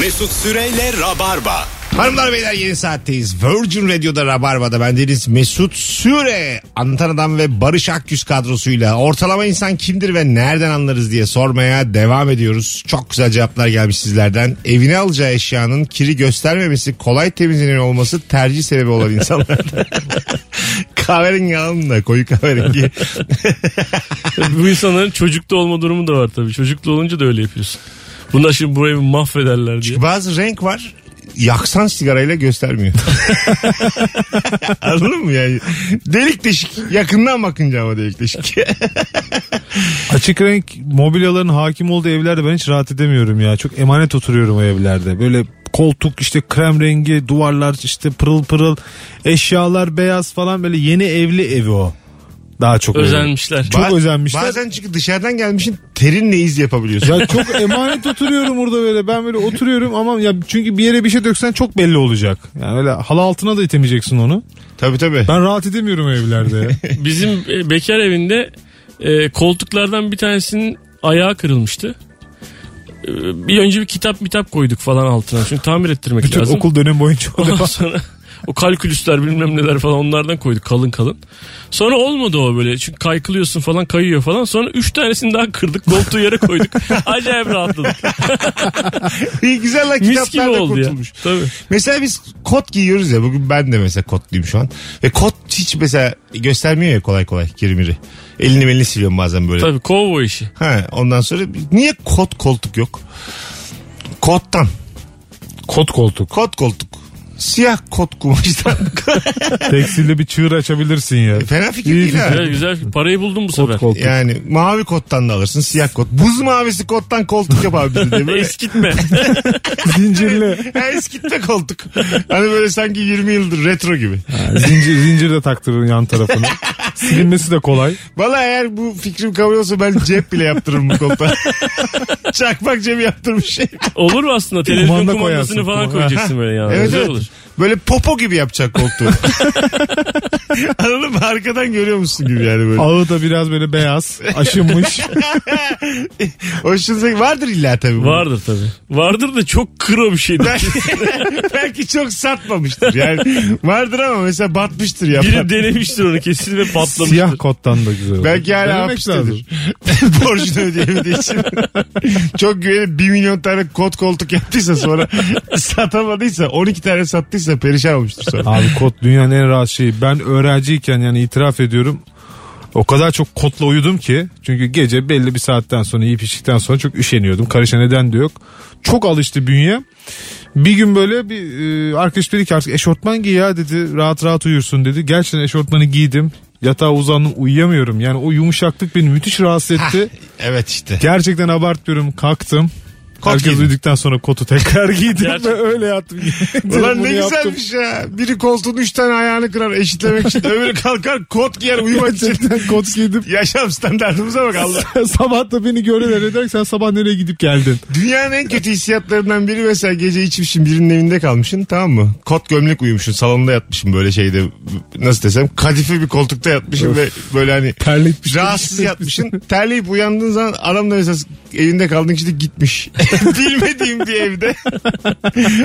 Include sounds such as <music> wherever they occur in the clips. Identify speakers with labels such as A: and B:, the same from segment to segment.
A: Mesut Süreyle Rabarba.
B: Hanımlar beyler yeni saatteyiz. Virgin Radio'da Rabarba'da bendeniz Mesut Süre. Anlatan Adam ve Barış Akgüz kadrosuyla ortalama insan kimdir ve nereden anlarız diye sormaya devam ediyoruz. Çok güzel cevaplar gelmiş sizlerden. Evine alacağı eşyanın kiri göstermemesi, kolay temizlenir olması tercih sebebi olan insanlarda. kahverengi alın da koyu kahverengi.
C: <laughs> Bu insanların çocukta olma durumu da var tabii. Çocukta olunca da öyle yapıyorsun. Bunlar şimdi bu evi mahvederler diye.
B: Bazı renk var yaksan sigarayla göstermiyor. Anladın mı yani? Delik deşik. Yakından bakınca ama delik deşik.
D: Açık renk mobilyaların hakim olduğu evlerde ben hiç rahat edemiyorum ya. Çok emanet oturuyorum o evlerde. Böyle koltuk işte krem rengi, duvarlar işte pırıl pırıl, eşyalar beyaz falan böyle yeni evli evi o. Daha çok öyle.
B: e,
C: Özenmişler.
D: Çok özenmişler.
B: Bazen çünkü dışarıdan gelmişin terinle iz yapabiliyorsun.
D: Ya çok emanet oturuyorum burada böyle. Ben böyle oturuyorum ama ya çünkü bir yere bir şey döksen çok belli olacak. Yani öyle halı altına da itemeyeceksin onu.
B: tabii tabii.
D: Ben rahat edemiyorum evlerde. <laughs> ya.
C: Bizim e, bekar evinde e, koltuklardan bir tanesinin ayağı kırılmıştı. E, bir önce bir kitap mitap koyduk falan altına. Çünkü tamir ettirmek
D: Bütün
C: lazım.
D: okul dönemi boyunca o
C: Ondan <laughs>
D: defa.
C: sonra o kalkülüsler bilmem neler falan onlardan koyduk kalın kalın. Sonra olmadı o böyle. Çünkü kaykılıyorsun falan kayıyor falan. Sonra üç tanesini daha kırdık. Koltuğu
B: <laughs>
C: yere koyduk. Acayip rahatladık.
B: İyi <laughs> güzel la
C: Mis gibi
B: kitaplar da
C: oldu ya.
B: kurtulmuş.
C: Tabii.
B: Mesela biz kot giyiyoruz ya bugün ben de mesela kotluyum şu an. Ve kot hiç mesela göstermiyor ya kolay kolay kirimiri. Elini belini siliyorum bazen böyle.
C: Tabii kovboy işi.
B: Ha, ondan sonra niye kot koltuk yok? Kottan.
D: <laughs> Kot koltuk.
B: Kot koltuk. Siyah kot
C: <laughs>
B: kumaştan. E,
D: Tekstilde bir çığır açabilirsin ya.
B: Fena fikir
D: İyi
B: değil ha.
C: Güzel güzel. Parayı buldum bu
D: Kot
C: sefer.
D: koltuk.
B: Yani mavi kottan da alırsın siyah kot. Buz mavisi kottan koltuk yapabilir diye.
C: <laughs>
B: Böyle
C: Eskitme.
B: <laughs>
D: Zincirli.
B: Ha, eskitme koltuk. Hani böyle sanki 20 yıldır retro gibi.
D: Zincir, zincir de taktırın
B: <laughs>
D: yan tarafına. Silinmesi de kolay.
B: Valla eğer bu fikrim kabul olsa ben cep bile yaptırırım bu koltuğa. <laughs> Çakmak cebi yaptırmış. şey.
C: Olur mu aslında? Televizyon
D: Kumanda
C: kumandasını
D: koyarsın.
C: falan
D: Ha.
C: koyacaksın böyle yani.
B: evet
C: Güzel
B: evet.
C: olur.
B: Böyle popo gibi yapacak koltuğu. <laughs> Anladın mı? Arkadan görüyor musun gibi yani böyle.
D: Ağı da biraz böyle beyaz.
B: <laughs>
D: Aşınmış.
B: Hoşunuza vardır illa tabii. bu.
C: Vardır tabii. Vardır da çok kro bir şey. şeydir.
B: Belki, <laughs> belki çok satmamıştır yani. Vardır ama mesela batmıştır ya.
C: <laughs> Biri denemiştir onu kesin ve patlamıştır.
D: Siyah kottan da güzel olur.
B: Belki hala
D: Denemek lazım.
B: hapistedir. <laughs> Borcunu ödeyemediği için. <laughs> Çok güvenip 1 milyon tane kot koltuk yaptıysa sonra <laughs> satamadıysa 12 tane sattıysa perişan olmuştur sonra.
D: Abi kot dünyanın en rahat şeyi. Ben öğrenciyken yani itiraf ediyorum. O kadar çok kotla uyudum ki. Çünkü gece belli bir saatten sonra yiyip içtikten sonra çok üşeniyordum. Karışa neden de yok. Çok alıştı bünye. Bir gün böyle bir e, arkadaş dedi ki artık eşortman giy ya dedi. Rahat rahat uyursun dedi. Gerçekten eşortmanı giydim. Yatağa uzandım uyuyamıyorum. Yani o yumuşaklık beni müthiş rahatsız etti.
B: Evet işte.
D: Gerçekten abartmıyorum. Kalktım.
B: Kot
D: Herkes
B: giydin.
D: uyuduktan sonra kotu tekrar giydim
C: Gerçekten.
D: ve öyle yattım.
B: Ulan
D: Bunu
B: ne
D: yaptım.
B: güzelmiş ya. Biri koltuğun 3 tane ayağını kırar eşitlemek
D: <laughs>
B: için. Öbürü kalkar kot giyer uyumak için.
D: Gerçekten kot giydim.
B: Yaşam standartımıza bak Allah.
D: <laughs> sabah da beni görürler eder sen sabah nereye gidip geldin?
B: Dünyanın en kötü hissiyatlarından biri mesela gece içmişsin birinin evinde kalmışsın tamam mı? Kot gömlek uyumuşsun salonda yatmışsın böyle şeyde nasıl desem kadife bir koltukta yatmışsın ve böyle hani
D: Terletmiş.
B: rahatsız yatmışsın. Terleyip uyandığın zaman adam da mesela evinde kaldığın kişi de gitmiş. Bilmediğim bir evde.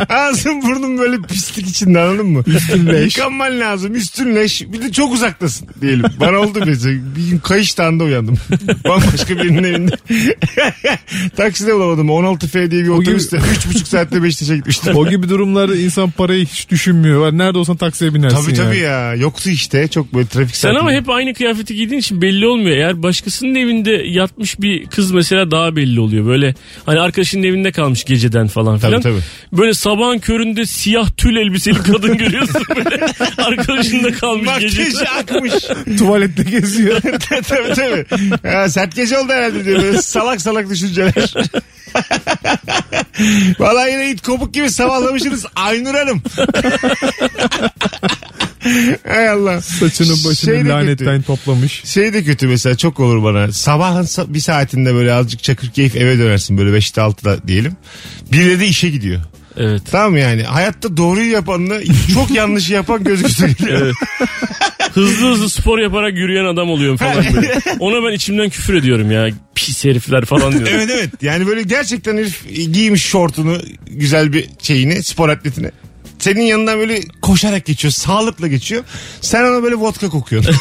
B: Ağzın burnun böyle pislik içinde anladın mı? Üstün leş. Yıkanman lazım üstün leş. Bir de çok uzaktasın diyelim. Bana oldu mesela. Bir gün kayıştağında uyandım. <laughs> Bambaşka birinin evinde. <laughs> Takside bulamadım. 16F diye bir
D: gibi-
B: otobüste. 3,5 saatte Beşiktaş'a gitmiştim.
D: O gibi durumlarda insan parayı hiç düşünmüyor. Var Nerede olsan taksiye binersin.
B: Tabii
D: yani.
B: tabii
D: <laughs>
B: ya. Yoktu işte. Çok böyle trafik
C: Sen
B: saatinde.
C: ama hep aynı kıyafeti giydiğin için belli olmuyor. Eğer başkasının evinde yatmış bir kız mesela daha belli oluyor. Böyle hani arkadaşının evinde kalmış geceden falan
B: Tabii,
C: filan.
B: tabii.
C: Böyle sabahın köründe siyah tül elbiseli kadın görüyorsun <laughs> böyle. Arkadaşında kalmış
B: Makyajı
C: geceden.
B: akmış.
D: <laughs> Tuvalette
B: <laughs>
D: geziyor.
B: tabii tabii. Ha, sert gece oldu herhalde diyor. Böyle salak salak düşünceler. <laughs> Vallahi yine it kopuk gibi sabahlamışsınız Aynur Hanım. <laughs> Hay Allah.
D: Saçının başını
B: Şey de
D: lanetten toplamış.
B: Şey de kötü mesela çok olur bana. Sabahın sa- bir saatinde böyle azıcık çakır keyif eve dönersin böyle 5'te 6'da diyelim. Birileri de işe gidiyor.
C: Evet.
B: Tamam yani hayatta doğruyu yapanla çok yanlışı yapan göz göze geliyor.
C: hızlı hızlı spor yaparak yürüyen adam oluyorum falan böyle. Ona ben içimden küfür ediyorum ya. Pis herifler falan diyorum.
B: Evet evet yani böyle gerçekten herif giymiş şortunu güzel bir şeyini spor atletini. Senin yanından böyle koşarak geçiyor sağlıkla geçiyor. Sen ona böyle vodka
D: <laughs>
B: kokuyorsun.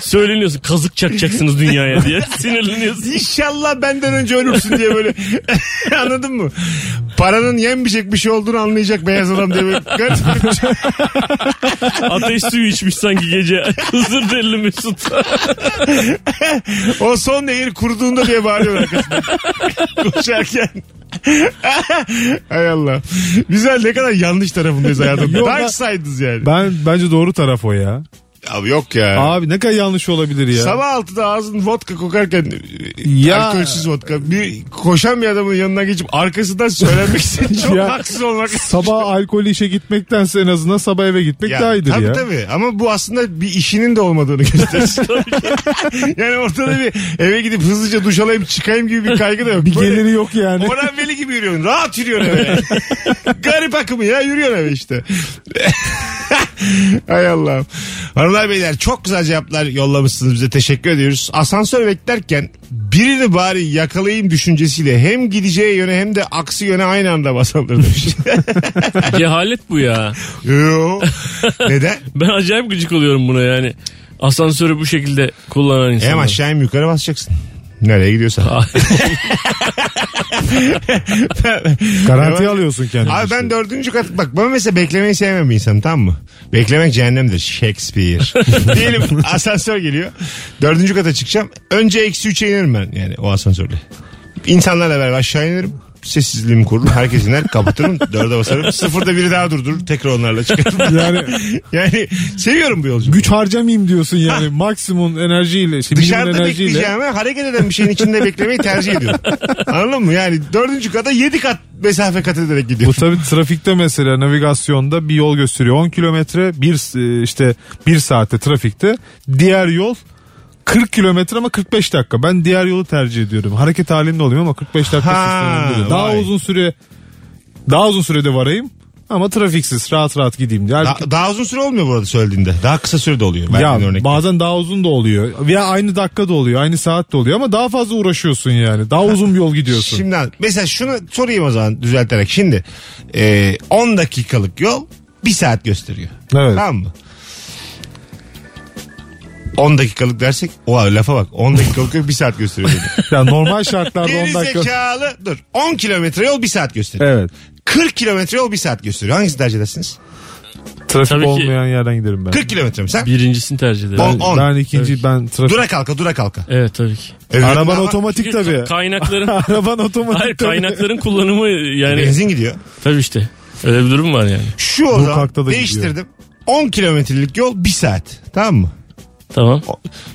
C: Söyleniyorsun kazık çakacaksınız dünyaya diye. Sinirleniyorsun.
B: İnşallah benden önce ölürsün diye böyle <laughs> anladın mı? Paranın yenmeyecek bir şey olduğunu anlayacak beyaz adam diye böyle. şey. Gerçekten çok-
C: Ateş suyu içmiş sanki gece. <laughs> Hızır deli Mesut.
B: o son nehir kuruduğunda diye bağırıyor arkasında. <laughs> Koşarken. <laughs> Hay Allah. Güzel ne kadar yanlış tarafındayız hayatım.
D: Yok, ben-
B: Dark side'ız yani.
D: Ben bence doğru taraf o ya.
B: Abi yok ya.
D: Abi ne kadar yanlış olabilir ya.
B: Sabah 6'da ağzın vodka kokarken e,
D: Ya.
B: alkolsüz vodka bir koşan bir adamın yanına geçip arkasından söylenmek için
D: <laughs>
B: çok
D: Ya.
B: haksız olmak.
D: Sabah alkol işe gitmektense en azından sabah eve gitmek daha iyidir
B: tabii
D: ya.
B: tabii ama bu aslında bir işinin de olmadığını gösterir. <laughs> yani ortada bir eve gidip hızlıca duş alayım çıkayım gibi bir kaygı da yok.
D: Bir
B: Böyle
D: geliri yok yani.
B: Orhan Veli gibi yürüyorsun. Rahat yürüyorsun eve. <laughs> Garip akımı ya yürüyorsun eve işte. <laughs> Hay Allah'ım. Hanımlar beyler çok güzel cevaplar yollamışsınız bize teşekkür ediyoruz. Asansör beklerken birini bari yakalayayım düşüncesiyle hem gideceği yöne hem de aksi yöne aynı anda basamdır demiş. <laughs>
C: Cehalet bu ya.
B: Yo. Neden?
C: Ben acayip gıcık oluyorum buna yani. Asansörü bu şekilde kullanan insanlar.
B: Hem aşağı hem yukarı basacaksın. Nereye gidiyorsan.
D: Garantiye alıyorsun kendini.
B: Abi
D: işte.
B: ben dördüncü kat bak ben mesela beklemeyi sevmem bir insanım tamam mı? Beklemek cehennemdir.
D: <laughs>
B: Shakespeare. Diyelim asansör geliyor. Dördüncü kata çıkacağım. Önce eksi üçe inerim ben yani o asansörle. İnsanlarla beraber aşağı inerim. Sessizliğimi kururum. Herkes iner. Kapatırım. Dörde basarım. Sıfırda biri daha durdurur. Tekrar onlarla çıkarım.
D: <laughs> Yani
B: yani seviyorum bu yolculuğu.
D: güç harcamayayım diyorsun yani maksimum enerjiyle. işte minimum
B: Dışarıda
D: enerjiyle.
B: bekleyeceğime hareket eden bir şeyin içinde beklemeyi tercih ediyorum. Anladın mı? Yani dördüncü kata yedi kat mesafe kat ederek
D: Bu
B: gidiyorum.
D: tabii trafikte mesela navigasyonda bir yol gösteriyor 10 kilometre bir e, işte bir saatte trafikte diğer yol 40 kilometre ama 45 dakika. Ben diğer yolu tercih ediyorum. Hareket halinde olayım ama 45 dakika
B: Ha,
D: süslenebilirim. Daha
B: vay.
D: uzun süre daha uzun sürede varayım ama trafiksiz rahat rahat gideyim diye. Halbuki-
B: Da- daha uzun süre olmuyor bu arada söylediğinde. Daha kısa sürede oluyor. Ben
D: ya
B: bir örnek.
D: bazen daha uzun da oluyor. Veya aynı dakika da oluyor, aynı saat de oluyor ama daha fazla uğraşıyorsun yani. Daha uzun bir yol gidiyorsun.
B: Şimdi an- mesela şunu sorayım o zaman düzelterek. Şimdi e, 10 dakikalık yol 1 saat gösteriyor.
D: Evet.
B: Tamam mı? 10 dakikalık dersek oha lafa bak 10 dakikalık yol 1 saat gösteriyor.
D: <laughs>
B: dedi.
D: Ya normal şartlarda 10
B: Geri
D: dakika.
B: zekalı dur 10 kilometre yol 1 saat gösteriyor.
D: Evet.
B: 40 kilometre yol 1 saat gösteriyor. Hangisini tercih edersiniz?
D: Trafik
C: Tabii ki-
D: olmayan yerden giderim ben.
B: 40 kilometre mi sen?
C: Birincisini tercih ederim.
B: On- on.
D: Ben ikinci ben trafik.
B: Dura kalka dura kalka.
C: Evet tabii ki.
D: Araban
B: Ama
D: otomatik
C: Çünkü
D: tabii.
C: ka- Kaynakların
D: <laughs> Araban otomatik
C: Hayır
D: tabii.
C: kaynakların kullanımı yani
B: Benzin gidiyor.
C: tabii işte. Öyle bir durum var yani.
B: Şu o zaman
D: kalkta da gidiyor.
B: değiştirdim. 10 kilometrelik yol 1 saat. Tamam mı?
C: Tamam.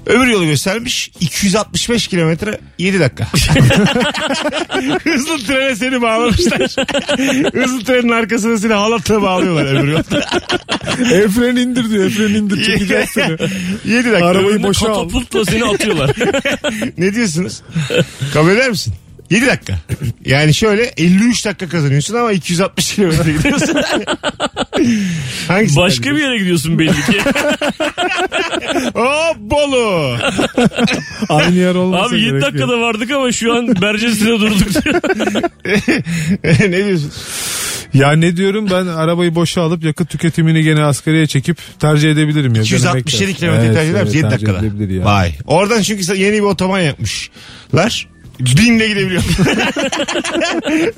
B: Öbür yolu göstermiş 265 kilometre 7 dakika. <laughs> Hızlı trene seni bağlamışlar.
D: <laughs>
B: Hızlı trenin arkasına seni halatla bağlıyorlar öbür yolda.
D: E fren indir diyor. E fren indir çekeceğiz
B: <laughs>
D: seni.
B: 7 dakika.
D: Arabayı
C: Önüne
D: boşa al.
C: Katapultla seni
B: <laughs>
C: atıyorlar.
B: Ne diyorsunuz? Kabul eder misin? 7 dakika. Yani şöyle 53 dakika kazanıyorsun ama 260 kilometre
D: <laughs>
B: gidiyorsun. Hangisi?
C: Başka bir yere gidiyorsun
B: <laughs>
C: belli ki.
B: Hop Bolu.
D: <laughs> Aynı yer olmasa
C: Abi 7
D: gerek yok.
C: dakikada vardık ama şu an
B: <laughs>
C: Bercesi'de durduk diyor.
B: <laughs> ne diyorsun?
D: Ya ne diyorum ben arabayı boşa alıp yakıt tüketimini gene asgariye çekip tercih edebilirim. Ya.
B: 267
D: Denemek
B: kilometre
D: lazım.
B: tercih eder misin?
D: evet,
B: 7
D: tercih
B: dakikada.
D: edilebilir ya.
B: Vay. Oradan çünkü yeni bir otoban yapmışlar. Binle gidebiliyor.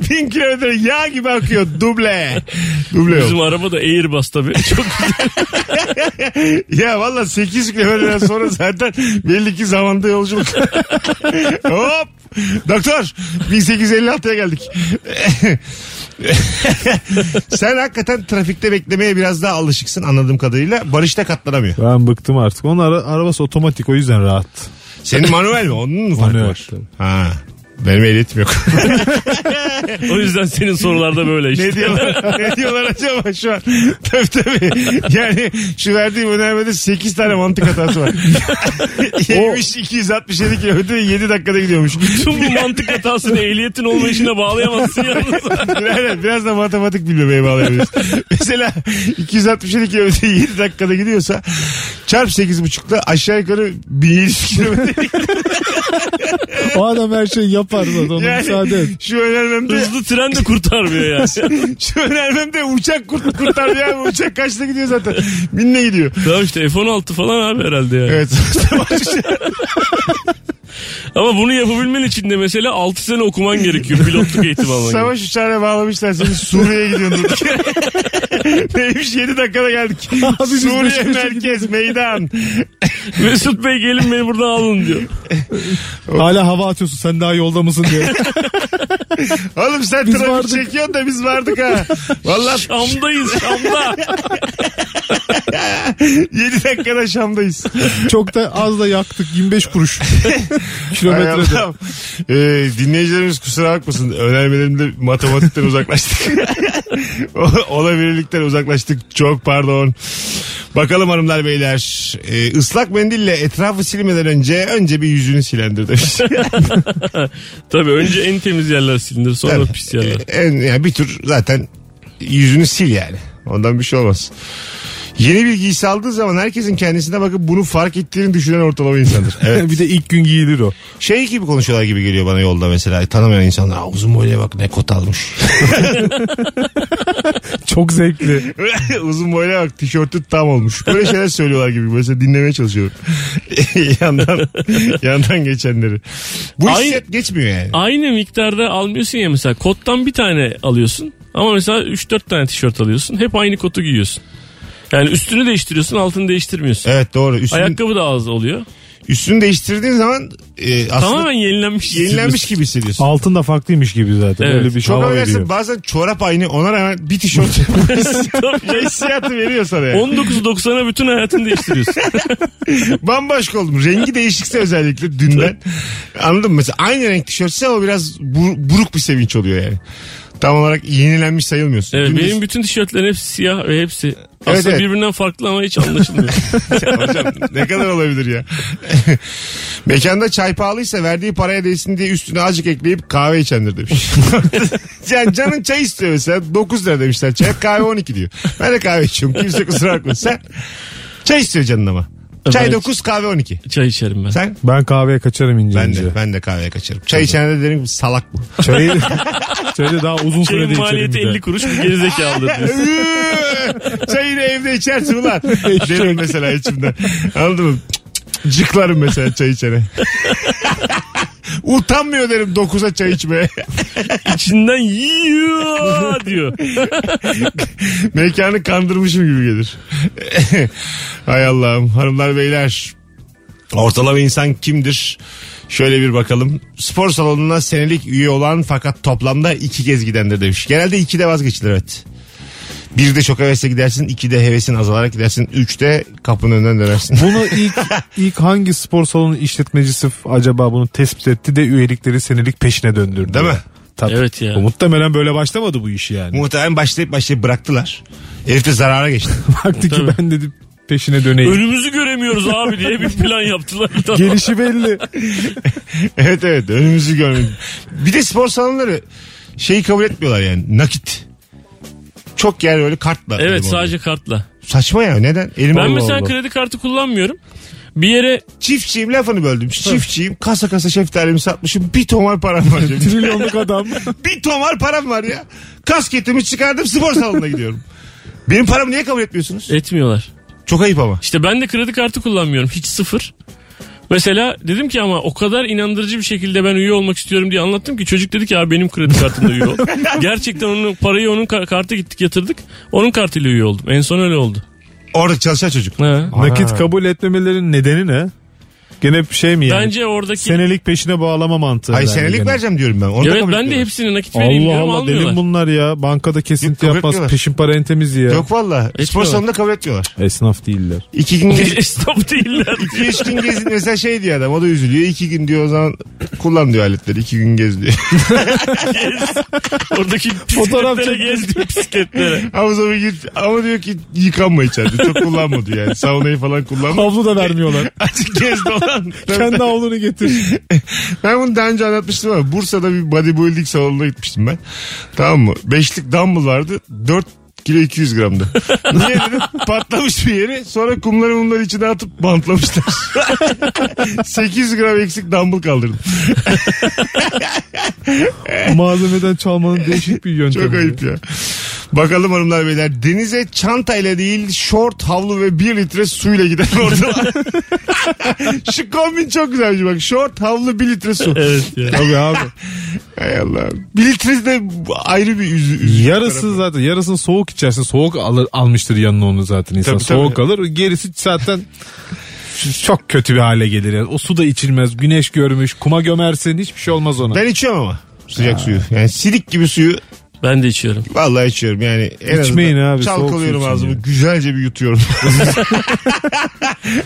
B: <laughs> Bin kilometre yağ gibi akıyor. Duble. Duble yok.
C: Bizim araba da Airbus tabii. <laughs> Çok
B: Ya valla 8 kilometreden sonra zaten belli ki zamanda yolculuk. <laughs> Hop. Doktor 1856'ya geldik. <laughs> Sen hakikaten trafikte beklemeye biraz daha alışıksın anladığım kadarıyla. Barış'ta katlanamıyor.
D: Ben bıktım artık. Onun ara- arabası otomatik o yüzden rahat.
B: Senin manuel mi? Onun mu farkı
D: Manuel,
B: var?
D: tabii.
B: Ha. Benim ehliyetim yok.
C: O yüzden senin sorularda böyle
B: <laughs>
C: işte.
B: ne diyorlar? ne diyorlar acaba şu an? Tabii tabii. Yani şu verdiğim önermede 8 tane mantık hatası <laughs> var. 70 267 kilometre 7 dakikada gidiyormuş.
C: <laughs> Tüm bu mantık hatasını ehliyetin olmayışına
B: <laughs>
C: bağlayamazsın yalnız.
B: Aynen, biraz da matematik bilmemeye bağlayabiliriz. Mesela 267 kilometre 7 dakikada gidiyorsa çarp 8.5'la aşağı yukarı 1700 kilometre.
D: O adam her şeyi yapar zaten. Ona
B: Yani
D: müsaade
B: <laughs>
D: et.
B: şu önermemde
C: Hızlı tren de
B: <laughs>
C: kurtarmıyor yani.
B: şu önermemde uçak kurt kurtar ya. Uçak kaçta gidiyor zaten? Binle gidiyor.
C: Tamam işte F-16 falan abi herhalde yani.
B: Evet.
C: Ama bunu yapabilmen için de mesela 6 sene okuman gerekiyor pilotluk eğitimi alman gerekiyor.
B: Savaş uçağına bağlamışlar seni Suriye'ye gidiyorsun
D: <laughs>
B: dedik. Neymiş 7 dakikada geldik.
D: biz
B: Suriye
D: beş beşe
B: merkez meydan.
C: Mesut Bey gelin beni buradan alın diyor.
D: Hala hava atıyorsun sen daha yolda mısın
B: <laughs>
D: diye.
B: Oğlum sen
D: Biz
B: trafik
D: vardık.
B: çekiyorsun da biz vardık
D: <laughs>
B: ha. Vallahi
C: Şam'dayız
B: <laughs>
C: Şam'da.
B: 7 dakikada Şam'dayız.
D: Çok da az da yaktık
B: <laughs>
D: 25 kuruş.
B: Hay
D: Kilometrede.
B: Allah'ım. Ee, dinleyicilerimiz kusura bakmasın. Önermelerimde matematikten uzaklaştık. <laughs> O- Olabilirlikten uzaklaştık. Çok pardon. Bakalım hanımlar beyler. Ee, ıslak mendille etrafı silmeden önce önce bir yüzünü silendir demiş. <laughs>
C: Tabii önce en temiz yerler silinir sonra
B: Tabii.
C: pis yerler.
B: Ee, en, yani bir tür zaten yüzünü sil yani. Ondan bir şey olmaz. Yeni bir giysi aldığı zaman herkesin kendisine bakıp bunu fark ettiğini düşünen ortalama
C: <laughs>
B: insandır. Evet.
D: <laughs> bir de ilk gün giyilir o.
B: <laughs> Şey gibi konuşuyorlar gibi geliyor bana yolda mesela. Tanımayan insanlar "Aa, uzun boyluya bak ne kot almış. <laughs>
D: Çok zevkli.
B: uzun boyluya bak tişörtü tam olmuş. Böyle şeyler söylüyorlar gibi. Mesela dinlemeye çalışıyorum. <laughs> yandan <laughs> yandan geçenleri. Bu
C: Aynı-
B: hissiyat geçmiyor yani.
C: Aynı miktarda almıyorsun ya mesela kottan bir tane alıyorsun ama mesela 3-4 tane tişört alıyorsun hep aynı kotu giyiyorsun. Yani üstünü değiştiriyorsun altını değiştirmiyorsun.
B: Evet doğru. Üstünü,
C: Ayakkabı da az oluyor.
B: üstünü değiştirdiğin zaman e, aslında
C: Tamamen yenilenmiş. <laughs>
B: yenilenmiş gibi hissediyorsun.
D: Altın da farklıymış gibi zaten.
C: Evet.
D: Öyle bir
B: Çok
D: hava
B: affedersin
D: veriyor.
B: bazen çorap aynı ona rağmen bir
C: <laughs>
B: tişört
C: Tabii.
B: hissiyatı veriyor sana yani.
C: 19.90'a bütün hayatını değiştiriyorsun.
B: Bambaşka oldum. Rengi değişikse özellikle dünden. Anladın mı? Mesela aynı renk tişörtse o biraz bu- buruk bir sevinç oluyor yani. Tam olarak yenilenmiş sayılmıyorsun.
C: Evet,
B: Dün de-
C: benim bütün tişörtlerim hepsi siyah ve hepsi aslında
B: evet.
C: birbirinden farklı ama
B: <laughs>
C: hiç anlaşılmıyor.
B: Hocam ne kadar olabilir ya? <laughs> Mekanda çay pahalıysa verdiği paraya değsin diye üstüne azıcık ekleyip kahve içendir demiş. <laughs> yani canın çay istiyor mesela 9 lira demişler çay kahve 12 diyor. Ben de kahve içiyorum kimse kusura bakmasın. Sen çay istiyor canın ama. Çay
C: Evet.
B: 9 kahve 12.
C: Çay içerim ben.
B: Sen?
D: Ben kahveye kaçarım ince
B: Ben
D: ince. <laughs>
B: de, ben de kahveye kaçarım. Çay içene de derim ki, salak bu. <laughs>
D: Çayı, çayı daha uzun sürede
C: Çayın
D: içerim
C: maliyeti
D: bir
C: 50
D: de.
C: kuruş bir gerizekalı diyorsun.
B: Çayını evde içersin ulan. Derim mesela içimden. Anladın mı? Cıklarım mesela çay içene. Utanmıyor derim 9'a çay içmeye.
C: İçinden
B: <laughs>
C: yiyor diyor.
B: Mekanı kandırmışım gibi <laughs> gelir. Hay Allah'ım hanımlar beyler. Ortalama insan kimdir? Şöyle bir bakalım. Spor salonuna senelik üye olan fakat toplamda iki kez gidendir demiş. Genelde iki de vazgeçilir evet. Bir de çok hevesle gidersin, iki de hevesin azalarak gidersin, üç de kapının önünden dönersin.
D: Bunu ilk ilk hangi spor salonu işletmecisi f- acaba bunu tespit etti de üyelikleri senelik peşine döndürdü.
B: Değil mi?
D: Tabii.
C: Evet ya.
D: Bu Muhtemelen böyle başlamadı bu iş yani.
B: Muhtemelen başlayıp başlayıp bıraktılar. Herif de zarara geçti.
D: <laughs> Baktı ki
C: Tabii.
D: ben dedi peşine döneyim.
C: Önümüzü göremiyoruz abi diye bir plan yaptılar. Tamam.
D: Gelişi belli. <laughs>
B: evet evet önümüzü görmedik. Bir de spor salonları şeyi kabul etmiyorlar yani nakit. Çok yer böyle kartla.
C: Evet
B: ödeme oluyor.
C: sadece kartla.
B: Saçma ya neden? Elim
C: Ben
B: Allah
C: mesela
B: Allah.
C: kredi kartı kullanmıyorum. Bir yere
B: Çiftçiyim lafını böldüm. Çiftçiyim kasa kasa şeftalimi satmışım. Bir tomar param
C: <laughs>
B: var. cebimde. <laughs>
D: Trilyonluk adam.
B: bir tomar param var ya. Kasketimi çıkardım spor salonuna gidiyorum. Benim paramı niye kabul
C: E-
B: etmiyorsunuz?
C: etmiyorlar.
B: Çok ayıp ama.
C: İşte ben de kredi kartı kullanmıyorum. Hiç sıfır. Mesela dedim ki ama o kadar inandırıcı bir şekilde ben üye olmak istiyorum diye anlattım ki çocuk dedi ki abi benim kredi kartımda üye ol.
D: <laughs>
C: Gerçekten onun parayı onun ka- kartı gittik yatırdık. Onun kartıyla üye oldum. En son öyle oldu.
B: Orada çalışan çocuk.
C: Ha.
D: Nakit kabul etmemelerinin nedeni ne? Gene şey mi yani?
C: Bence oradaki...
D: Senelik peşine bağlama mantığı.
B: Ay
D: herhalde
B: senelik
D: gene.
B: vereceğim diyorum ben. Onu da
C: evet
B: kabul
C: ben de
B: etmiyorlar.
C: hepsini nakit vereyim
D: Allah
C: diyorum
D: Allah
C: almıyorlar.
D: delim bunlar ya. Bankada kesinti
B: Yok,
D: yapmaz.
B: kapatıyorlar.
D: Peşin para entemiz ya.
B: Yok valla. Spor
C: Etmiyorlar.
B: salonunda kabul etmiyorlar. <laughs>
D: Esnaf değiller.
B: İki
C: <laughs>
B: gün gez-
C: <laughs> Esnaf değiller.
B: iki üç gün gezin mesela şey diyor adam o da üzülüyor. İki gün diyor o zaman kullan diyor aletleri. iki gün gez diyor. <laughs>
C: Oradaki
D: Fotoğraf
C: bisikletlere
D: çekeceğiz.
C: gezdim bisikletlere.
D: <laughs>
B: ama sonra git ama diyor ki yıkanma içeride. Çok kullanma diyor yani. Saunayı falan kullanma. <laughs>
D: Havlu da vermiyorlar.
B: Açık gez dolan.
D: Kendi
B: <laughs>
D: havlunu getir.
B: Ben bunu daha önce anlatmıştım ama Bursa'da bir bodybuilding salonuna gitmiştim ben. Tamam mı? Beşlik dumbbell vardı. 4 kilo 200 gramdı. Niye dedim? Patlamış bir yeri. Sonra kumları bunları içine atıp bantlamışlar. <laughs> 800 gram eksik dumbbell kaldırdım.
D: Malzemeden çalmanın değişik bir yöntemi.
B: Çok ayıp ya. Bakalım hanımlar beyler. Denize çantayla değil şort, havlu ve 1 litre suyla giden
D: <laughs>
B: orada. Şu kombin çok güzelmiş bak. Şort, havlu, 1 litre su.
C: Evet ya.
D: Tabii abi.
B: Hay Allah. 1 litre de ayrı bir üzü. üzü
D: Yarısı zaten yarısını soğuk içerse soğuk alır, almıştır yanına onu zaten insan.
B: Tabii, tabii.
D: soğuk alır. Gerisi zaten çok kötü bir hale gelir. Yani. O su da içilmez. Güneş görmüş. Kuma gömersin. Hiçbir şey olmaz ona.
B: Ben içiyorum ama sıcak suyu. Yani sidik gibi suyu
C: Ben de içiyorum.
B: vallahi içiyorum. Yani en
D: İçmeyin
B: azından
D: abi, soğuk su
B: Çalkalıyorum
D: için
B: ağzımı.
D: ya.
B: Güzelce bir yutuyorum.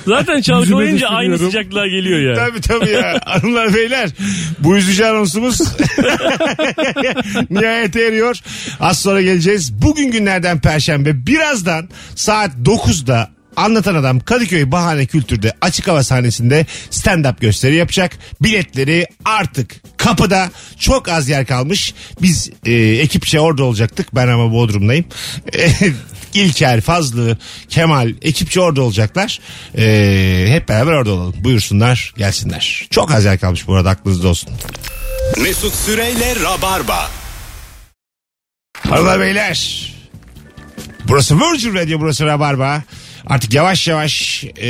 C: Zaten çalkalayınca aynı
D: sürüyorum.
C: sıcaklığa geliyor
B: <laughs>
C: yani.
B: tabii tabii ya. Hanımlar beyler bu üzücü anonsumuz <laughs> nihayet eriyor. Az sonra geleceğiz. Bugün günlerden perşembe birazdan saat 9'da Anlatan Adam Kadıköy Bahane Kültür'de açık hava sahnesinde stand-up gösteri yapacak. Biletleri artık kapıda çok az yer kalmış. Biz e, ekipçe orada olacaktık. Ben ama Bodrum'dayım. E, <laughs> İlker, Fazlı, Kemal ekipçe orada olacaklar. E, hep beraber orada olalım. Buyursunlar, gelsinler. Çok az yer kalmış bu arada aklınızda olsun.
A: Mesut Süreyle Rabarba.
B: Hanımlar beyler. Burası Virgin Radio burası Rabarba. Artık yavaş yavaş e,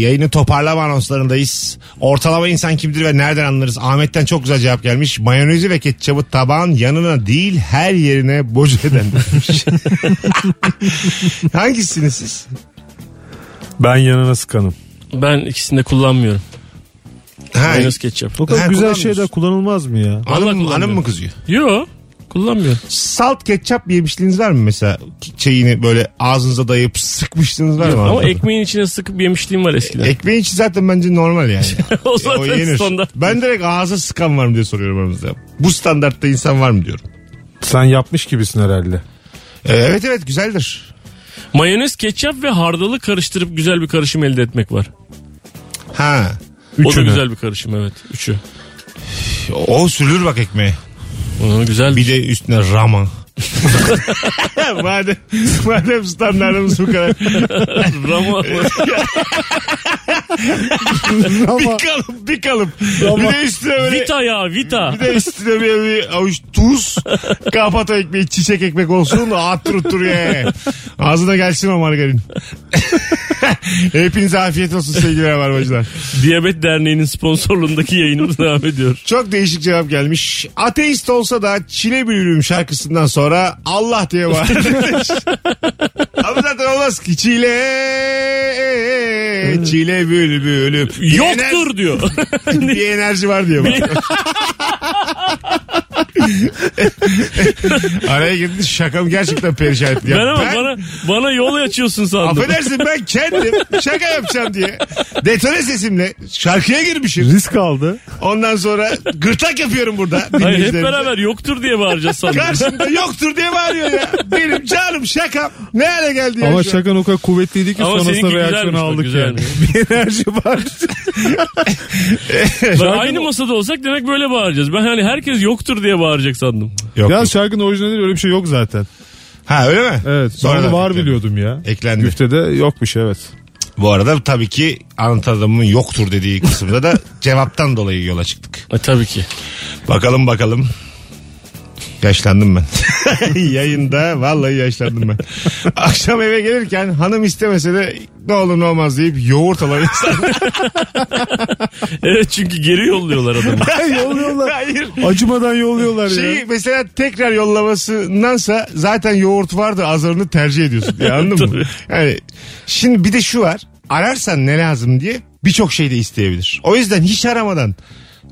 B: yayını toparlama anonslarındayız. Ortalama insan kimdir ve nereden anlarız? Ahmet'ten çok güzel cevap gelmiş. Mayonezi ve ketçabı tabağın yanına değil her yerine boca <laughs> eden demiş. Hangisiniz siz?
D: Ben yanına sıkanım.
C: Ben ikisini de kullanmıyorum.
B: Ha,
C: Mayonez ketçap.
D: O kadar
B: Ha,
D: güzel
B: kullanmıyorsun.
D: şeyler kullanılmaz mı ya?
C: Allah
B: hanım,
C: kullanmıyor.
B: hanım mı kızıyor?
C: Yo kullanmıyorum.
B: Salt ketçap yemişliğiniz var mı mesela? Şeyini böyle ağzınıza dayayıp sıkmışlığınız Şey var mı?
C: Ama
B: Anlatadım.
C: ekmeğin içine sıkıp yemişliğim var eskiden.
B: Ekmeğin içi zaten bence normal yani.
C: <laughs> o
B: E, o
C: zaten
B: yenir.
C: standart.
B: Ben direkt ağza sıkan var mı diye soruyorum aramızda. Bu standartta insan var mı diyorum.
D: Sen yapmış gibisin herhalde.
B: E, evet evet güzeldir.
C: Mayonez, ketçap ve hardalı karıştırıp güzel bir karışım elde etmek var.
B: Ha.
C: O da
D: Üçünü.
C: güzel bir karışım evet. Üçü.
B: O sürülür bak ekmeğe.
C: Onu güzel.
B: Bir de üstüne rama. <laughs> madem, madem standartımız bu kadar.
C: <laughs> Rama.
B: <laughs> bir kalıp bir kalıp. Bir de üstüne böyle.
C: Vita ya Vita.
B: Bir de üstüne bir, bir avuç tuz. Kapat o ekmeği çiçek ekmek olsun. Attır uttur ye. Ağzına gelsin o margarin. <laughs> Hepinize afiyet olsun sevgili rabarbacılar.
C: Diyabet Derneği'nin sponsorluğundaki yayınımız
B: <laughs>
C: devam ediyor.
B: Çok değişik cevap gelmiş. Ateist olsa da çile bürürüm şarkısından sonra Allah diye
C: <laughs>
B: bağırmış. Ama zaten olmaz ki çile çile bülbülüm. Bir ener-
C: Yoktur diyor.
B: bir enerji var diye
C: <laughs>
B: bağırıyor. Araya girdi şakam gerçekten perişan etti. <laughs> Ya
C: ben ama bana bana yol açıyorsun sandım.
B: Affedersin ben kendim şaka yapacağım diye. Detone sesimle şarkıya girmişim.
D: Risk aldı.
B: Ondan sonra gırtlak yapıyorum burada.
C: Hayır hep
B: dinleyicilerimize.
C: beraber yoktur diye bağıracağız sandım.
B: Karşımda yoktur diye bağırıyor ya. Benim canım şakam. Ne hale geldi ya
D: Ama
B: şu an?
D: şakan o kadar kuvvetliydi ki
C: Ama
D: sonrasında
C: seninki
D: reaksiyon
C: güzelmiş bak,
D: aldık yani.
C: güzelmiş.
D: <laughs> bir enerji var.
C: Bak, aynı masada olsak demek böyle bağıracağız. Ben hani herkes yoktur diye bağıracak sandım.
B: <laughs> Yok,
D: Ya
B: yok.
D: şarkının orijinalinde öyle bir şey yok zaten.
B: Ha öyle mi?
D: Evet.
B: Sonra
D: Sonra
B: da
D: var
B: eklendi.
D: biliyordum ya.
B: Eklendi.
D: Güftede
B: <laughs>
D: yokmuş evet.
B: Bu arada tabii ki anlatan adamın yoktur dediği kısımda
D: <laughs>
B: da cevaptan dolayı yola çıktık.
C: E, tabii ki.
B: Bakalım bakalım. Yaşlandım
D: <laughs>
B: ben. Yayında vallahi yaşlandım ben. Akşam eve gelirken hanım istemese de ne olur ne olmaz deyip yoğurt alan
D: <laughs>
B: insan.
C: Evet çünkü geri yolluyorlar adamı.
D: yolluyorlar.
B: Hayır.
D: <laughs> Acımadan yolluyorlar ya.
B: Şey mesela tekrar yollamasındansa zaten yoğurt vardı azarını
D: <laughs>
B: tercih ediyorsun. Ya, anladın mı? Yani şimdi bir de şu var. Ararsan ne lazım diye birçok şey de isteyebilir. O yüzden hiç aramadan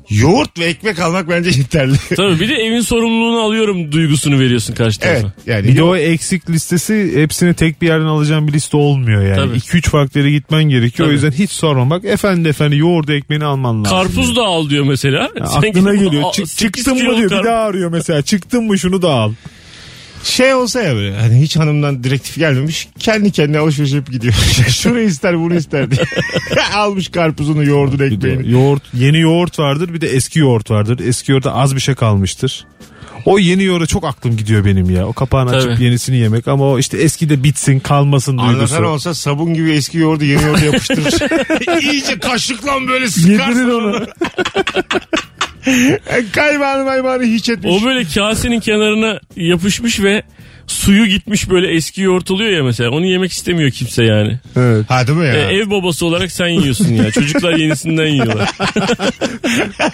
B: yoğurt ve ekmek almak bence <laughs> yeterli.
C: <laughs> Tabii bir de evin sorumluluğunu alıyorum duygusunu veriyorsun karşı tarafa.
B: evet yani.
D: Bir de o eksik listesi hepsini tek bir yerden alacağın bir liste olmuyor yani.
C: Tabii.
D: 2-3 farklı yere gitmen gerekiyor.
C: Tabii.
D: O yüzden hiç sormamak. Efendi efendi yoğurdu ekmeğini alman lazım.
C: Karpuz da al diyor mesela.
D: Yani
C: Sen
D: aklına
C: gidip
D: geliyor.
C: al-
D: Çık,
C: sekiz
D: çıktın mı
C: kiloluk
D: diyor. Bir
C: karpuz.
D: daha arıyor mesela. Çıktın mı şunu da al.
B: Şey olsa ya böyle hani hiç hanımdan direktif gelmemiş kendi kendine alışveriş yapıp gidiyor. <laughs> Şunu ister bunu ister diye. <laughs> Almış karpuzunu yoğurdunu
D: Bir de
B: ekmeğini.
D: yoğurt, yeni yoğurt vardır bir de eski yoğurt vardır. Eski yoğurda az bir şey kalmıştır. O yeni yoğurda çok aklım gidiyor benim ya. O kapağını açıp
C: Tabii.
D: yenisini yemek ama o işte eski de bitsin kalmasın duygusu.
B: Anlatan olsa sabun gibi eski yoğurdu yeni yoğurda yapıştırır. <laughs> İyice kaşıkla böyle
D: Yedirir
B: sıkarsın.
D: onu.
B: Kaymağını maymağını hiç etmiş.
C: O böyle kasenin kenarına yapışmış ve suyu gitmiş böyle eski yoğurt oluyor ya mesela. Onu yemek istemiyor kimse yani.
D: <laughs> evet.
B: Ha değil mi ya?
C: E, ev babası olarak sen yiyorsun ya. Çocuklar yenisinden yiyorlar.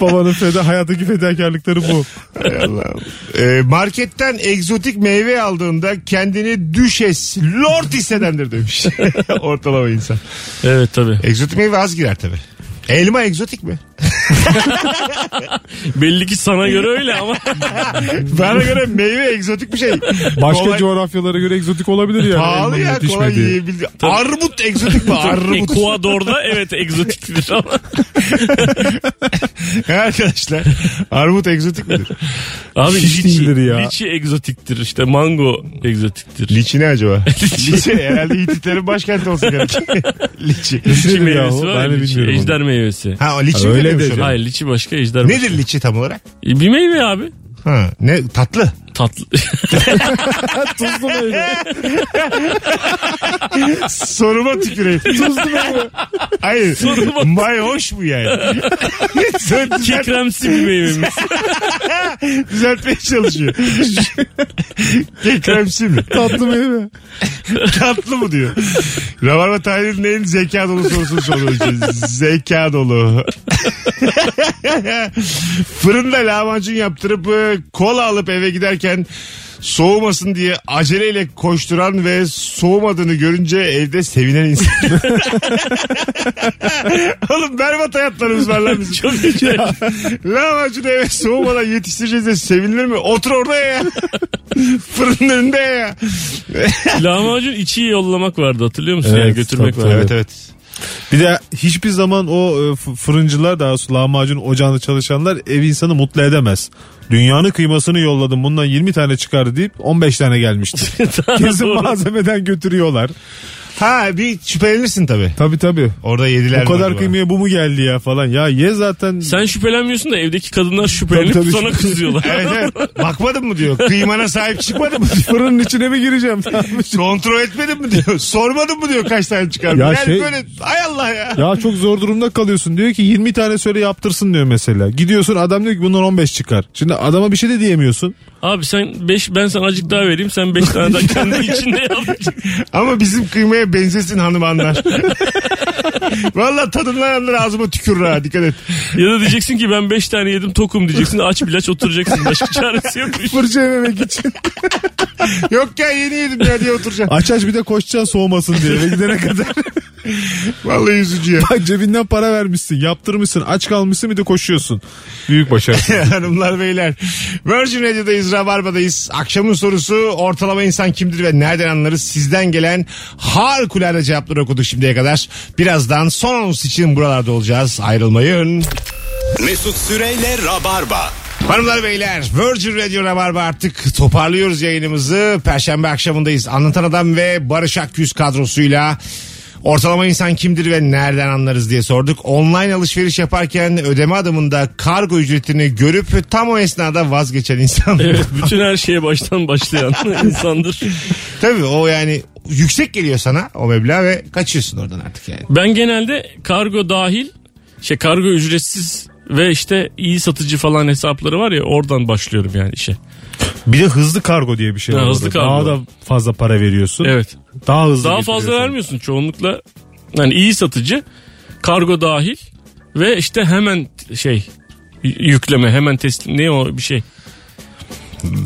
D: Babanın feda, hayatındaki fedakarlıkları bu.
B: Ee, marketten egzotik meyve aldığında kendini düşes, lord hissedendir demiş. <laughs> Ortalama insan.
C: Evet tabii.
B: Egzotik meyve az girer tabi. Elma egzotik mi?
C: Belli ki sana göre öyle
D: <laughs>
C: ama
B: Bana göre meyve egzotik bir şey.
D: Başka
B: Kolay-
D: coğrafyalara göre egzotik olabilir yani.
B: Pahalı
D: Elmanın
B: ya kolay
D: yetişmediği.
B: yiyebildi. Armut egzotik
C: <laughs>
B: mi?
C: e,
B: Armut.
C: Ekvador'da evet egzotiktir ama.
B: Arkadaşlar armut egzotik midir?
C: Abi
D: Hiç
C: liçi,
D: değildir ya.
C: liçi egzotiktir işte mango egzotiktir.
B: Liçi ne acaba? Liçi herhalde İtitlerin başkenti olsa gerek. Liçi.
C: Liçi
D: Düşünelim ya
C: meyvesi
D: o,
C: var
D: ben
C: ya
D: de
C: liçi.
D: bilmiyorum onu.
C: Ejder meyvesi.
B: Ha o liçi
D: Ha,
B: mi
D: öyle
B: demiş
D: diyeceğim.
B: ona?
C: şey. Hayır liçi başka ejder başka.
B: Nedir liçi tam olarak?
C: E, bir meyve abi.
B: Ha, ne tatlı.
D: <laughs>
C: Tatlı.
D: Tuzlu meyve.
B: Soruma tüküreyim.
D: Tuzlu meyve.
B: Hayır.
C: Soruma-
B: Mayhoş bu yani. Sen düzelt,
C: Kekremsi bir
D: <laughs>
C: meyvemiz.
B: düzeltmeye çalışıyor. Kekremsi mi?
D: Tatlı meyve.
B: Tatlı mı diyor. Rabarba Tahir'in en zeka dolu sorusunu soruyor. Zeka dolu. <laughs> Fırında lahmacun yaptırıp e, kola alıp eve giderken soğumasın diye aceleyle koşturan ve soğumadığını görünce evde sevinen insan. <laughs> Oğlum berbat hayatlarımız var lan bizim.
C: Çok güzel.
B: Lahmacun eve soğumadan yetiştireceğiz de sevinilir mi? Otur orada ya. <laughs> Fırının önünde ya.
C: <laughs> Lahmacun içi yollamak vardı hatırlıyor musun?
D: Evet,
C: yani götürmek
D: tabii,
C: vardı.
D: Evet,
B: evet.
D: Bir de hiçbir zaman o e, f- fırıncılar daha doğrusu lahmacun ocağında çalışanlar ev insanı mutlu edemez. Dünyanın kıymasını yolladım bundan 20 tane çıkar deyip 15
C: <laughs>
D: tane gelmişti. <laughs> Kesin
C: Doğru.
D: malzemeden götürüyorlar.
B: Ha bir şüphelenirsin tabii.
D: Tabii tabii.
B: Orada yediler
D: Bu
B: mi
D: kadar
B: acaba?
D: kıymaya bu mu geldi ya falan. Ya ye zaten.
C: Sen şüphelenmiyorsun da evdeki kadınlar şüphelenip
D: Tabii, tabii.
C: sana
D: <laughs>
C: kızıyorlar.
B: Evet evet. Bakmadın mı diyor. Kıymana sahip çıkmadın mı diyor.
D: Fırının içine mi <laughs> gireceğim?
B: Kontrol etmedin mi diyor. Sormadın mı diyor kaç tane çıkar.
D: Ya
B: yani
D: şey-
B: böyle ay Allah ya.
D: ya çok zor durumda kalıyorsun. Diyor ki 20 tane söyle yaptırsın diyor mesela. Gidiyorsun adam diyor ki bundan 15 çıkar. Şimdi adama bir şey de diyemiyorsun.
C: Abi sen 5 ben sana azıcık daha vereyim sen 5 tane daha
D: <laughs>
C: kendi içinde yap.
B: Ama bizim kıymaya benzesin hanım anlar. <laughs> Valla tadınlayanlar ağzıma tükürür ha dikkat et.
C: Ya da diyeceksin ki ben 5 tane yedim tokum diyeceksin aç bilaç oturacaksın başka çaresi
D: <laughs>
C: yokmuş.
D: Fırça yememek için.
B: <laughs> Yok ya yeni yedim ya diye oturacağım.
D: Aç aç bir de koşacaksın soğumasın diye. Eve gidene kadar. <laughs>
B: Vallahi yüzücü ya.
D: Bak cebinden para vermişsin, yaptırmışsın, aç kalmışsın bir de koşuyorsun. Büyük başarı.
B: <laughs> Hanımlar beyler. Virgin Radio'dayız, Rabarba'dayız. Akşamın sorusu ortalama insan kimdir ve nereden anlarız? Sizden gelen harikulade cevapları okuduk şimdiye kadar. Birazdan son anons için buralarda olacağız. Ayrılmayın.
A: Mesut Süreyle Rabarba.
B: Hanımlar beyler Virgin Radio Rabarba artık toparlıyoruz yayınımızı. Perşembe akşamındayız. Anlatan Adam ve Barış Akgüz kadrosuyla Ortalama insan kimdir ve nereden anlarız diye sorduk. Online alışveriş yaparken ödeme adımında kargo ücretini görüp tam o esnada vazgeçen insan.
C: Evet bütün her şeye baştan başlayan <laughs> insandır.
B: Tabii o yani yüksek geliyor sana o meblağ ve kaçıyorsun oradan artık yani.
C: Ben genelde kargo dahil şey kargo ücretsiz ve işte iyi satıcı falan hesapları var ya oradan başlıyorum yani işe.
D: <laughs> Bir de hızlı kargo diye bir şey
C: Ha,
D: var.
C: hızlı
D: orada.
C: kargo.
D: Daha da fazla para veriyorsun.
C: Evet.
D: Daha hızlı.
C: Daha fazla
D: getiriyorsun.
C: vermiyorsun çoğunlukla. Yani iyi satıcı kargo dahil ve işte hemen şey y- yükleme hemen teslim ne o bir şey.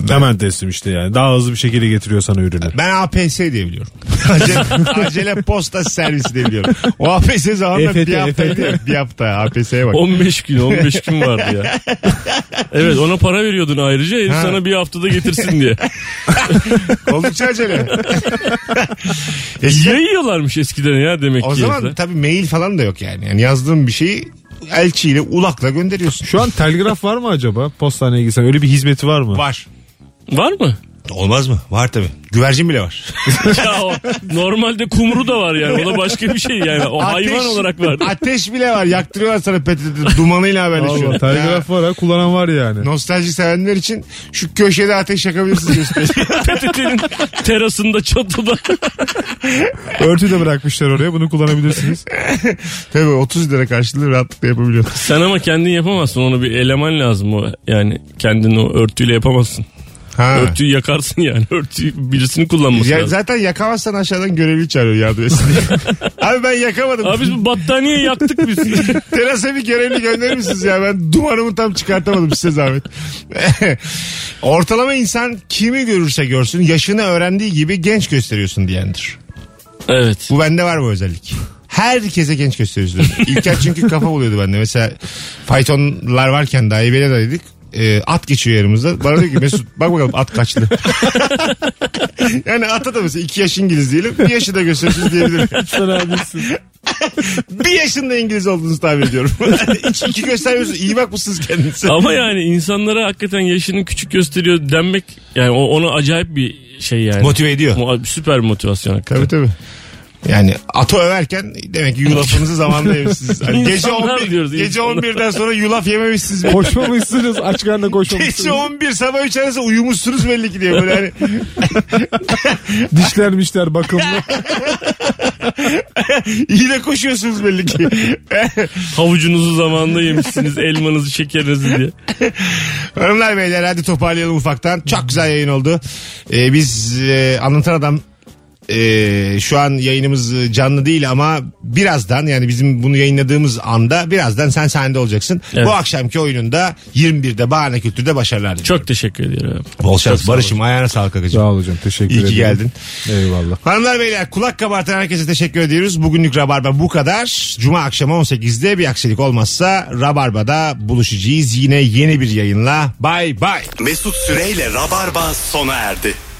D: Hemen teslim işte yani. Daha hızlı bir şekilde getiriyor sana ürünü.
B: Ben APS diye biliyorum. <laughs> Acele, acele posta servisi diye biliyorum. O APS zamanında bir
D: EFT.
C: E
B: hafta, bir hafta APS'ye bak.
C: 15 gün 15 gün
B: <laughs>
C: vardı ya. evet ona para veriyordun ayrıca herif
B: Ha.
C: sana bir haftada getirsin
B: <laughs>
C: diye.
B: Oldukça acele. Eskiden-
C: Yayıyorlarmış eskiden ya demek
B: o
C: ki.
B: zaman
C: herifler.
B: tabii mail falan da yok yani. yani yazdığın bir şeyi elçiyle ulakla gönderiyorsun.
D: Şu an telgraf var mı acaba? Postaneye gitsen öyle bir hizmeti var mı?
B: Var.
C: Var mı?
B: Olmaz mı? Var tabii. Güvercin bile var.
C: ya o, normalde kumru da var yani. O da başka bir şey yani. O <laughs> hayvan olarak var.
B: Ateş bile var. Yaktırıyorlar sana PTT dumanıyla haberleşiyor.
D: Allah, telgraf var ha kullanan var yani.
B: Nostalji sevenler için şu köşede ateş yakabilirsiniz
C: <laughs>
B: gösteriyor.
C: PTT'nin terasında çatıda.
D: Örtü de bırakmışlar oraya
B: <laughs>
D: bunu kullanabilirsiniz.
B: Tabii 30 lira karşılığı rahatlıkla yapabiliyorsun.
C: Sen ama kendin yapamazsın. Onu bir eleman lazım o. Yani kendini o örtüyle yapamazsın.
B: Ha.
C: Örtüyü yakarsın yani. Örtüyü birisini kullanması
B: Ya
C: lazım.
B: zaten yakamazsan aşağıdan görevli çağırıyor yardım etsin diye. Abi ben yakamadım.
C: Abi biz bu battaniye yaktık biz.
B: Terasa bir görevli gönderir misiniz ya? Ben dumanımı tam çıkartamadım size zahmet. <laughs> Ortalama insan kimi görürse görsün yaşını öğrendiği gibi genç gösteriyorsun diyendir.
C: evet.
B: Bu bende var bu özellik. Herkese genç gösteriyorsun. İlker çünkü kafa buluyordu bende. Mesela faytonlar varken daha evine dedik. E, at geçiyor yanımızda. Bana diyor ki Mesut bak bakalım at kaçtı. <laughs> yani ata da mesela iki yaş İngiliz diyelim. Bir yaşı da gösteriyorsunuz diyebilirim. bir yaşında İngiliz olduğunuzu tahmin ediyorum. <laughs> iki, iki gösteriyorsunuz. İyi bakmışsınız kendinize.
C: Ama yani insanlara hakikaten yaşını küçük gösteriyor denmek yani o, ona acayip bir şey yani.
B: Motive ediyor.
C: Mu- Süper bir motivasyon hakikaten.
B: Tabii tabii. Yani ato överken demek ki yulafınızı zamanında yemişsiniz. Hani gece,
C: İnsanlar
B: 11,
C: diyoruz,
B: gece
C: insanlar.
B: 11'den sonra yulaf yememişsiniz.
D: Koşmamışsınız aç karnına
B: Gece
D: koşmamışsınız.
B: 11 sabah 3 arası uyumuşsunuz belli ki diye böyle
C: <laughs>
B: hani <laughs>
D: Dişlenmişler bakımlı.
B: iyi de koşuyorsunuz belli ki. Eh,
C: Havucunuzu zamanında yemişsiniz, elmanızı, şekerinizi diye.
B: Hanımlar beyler hadi toparlayalım ufaktan. Çok güzel yayın oldu. Ee, biz e, anlatan adam e, şu an yayınımız eh, canlı değil ama birazdan yani bizim bunu yayınladığımız anda birazdan sen sahnede olacaksın.
C: Evet.
B: Bu akşamki oyununda 21'de Bahane Kültür'de başarılar diliyorum.
C: Çok teşekkür ediyorum.
B: Bol
C: Çok
B: şans
C: sağ olun.
B: Barış'ım ayağına sağlık
D: Sağ
B: kakacığım.
D: ol hocam teşekkür
B: İyi ki
D: ederim.
B: geldin.
D: Eyvallah.
B: Hanımlar beyler kulak kabartan herkese teşekkür ediyoruz. Bugünlük Rabarba bu kadar. Cuma akşamı 18'de bir aksilik olmazsa Rabarba'da buluşacağız. Yine yeni bir yayınla. Bay bay.
A: Mesut Süreyle Rabarba sona erdi.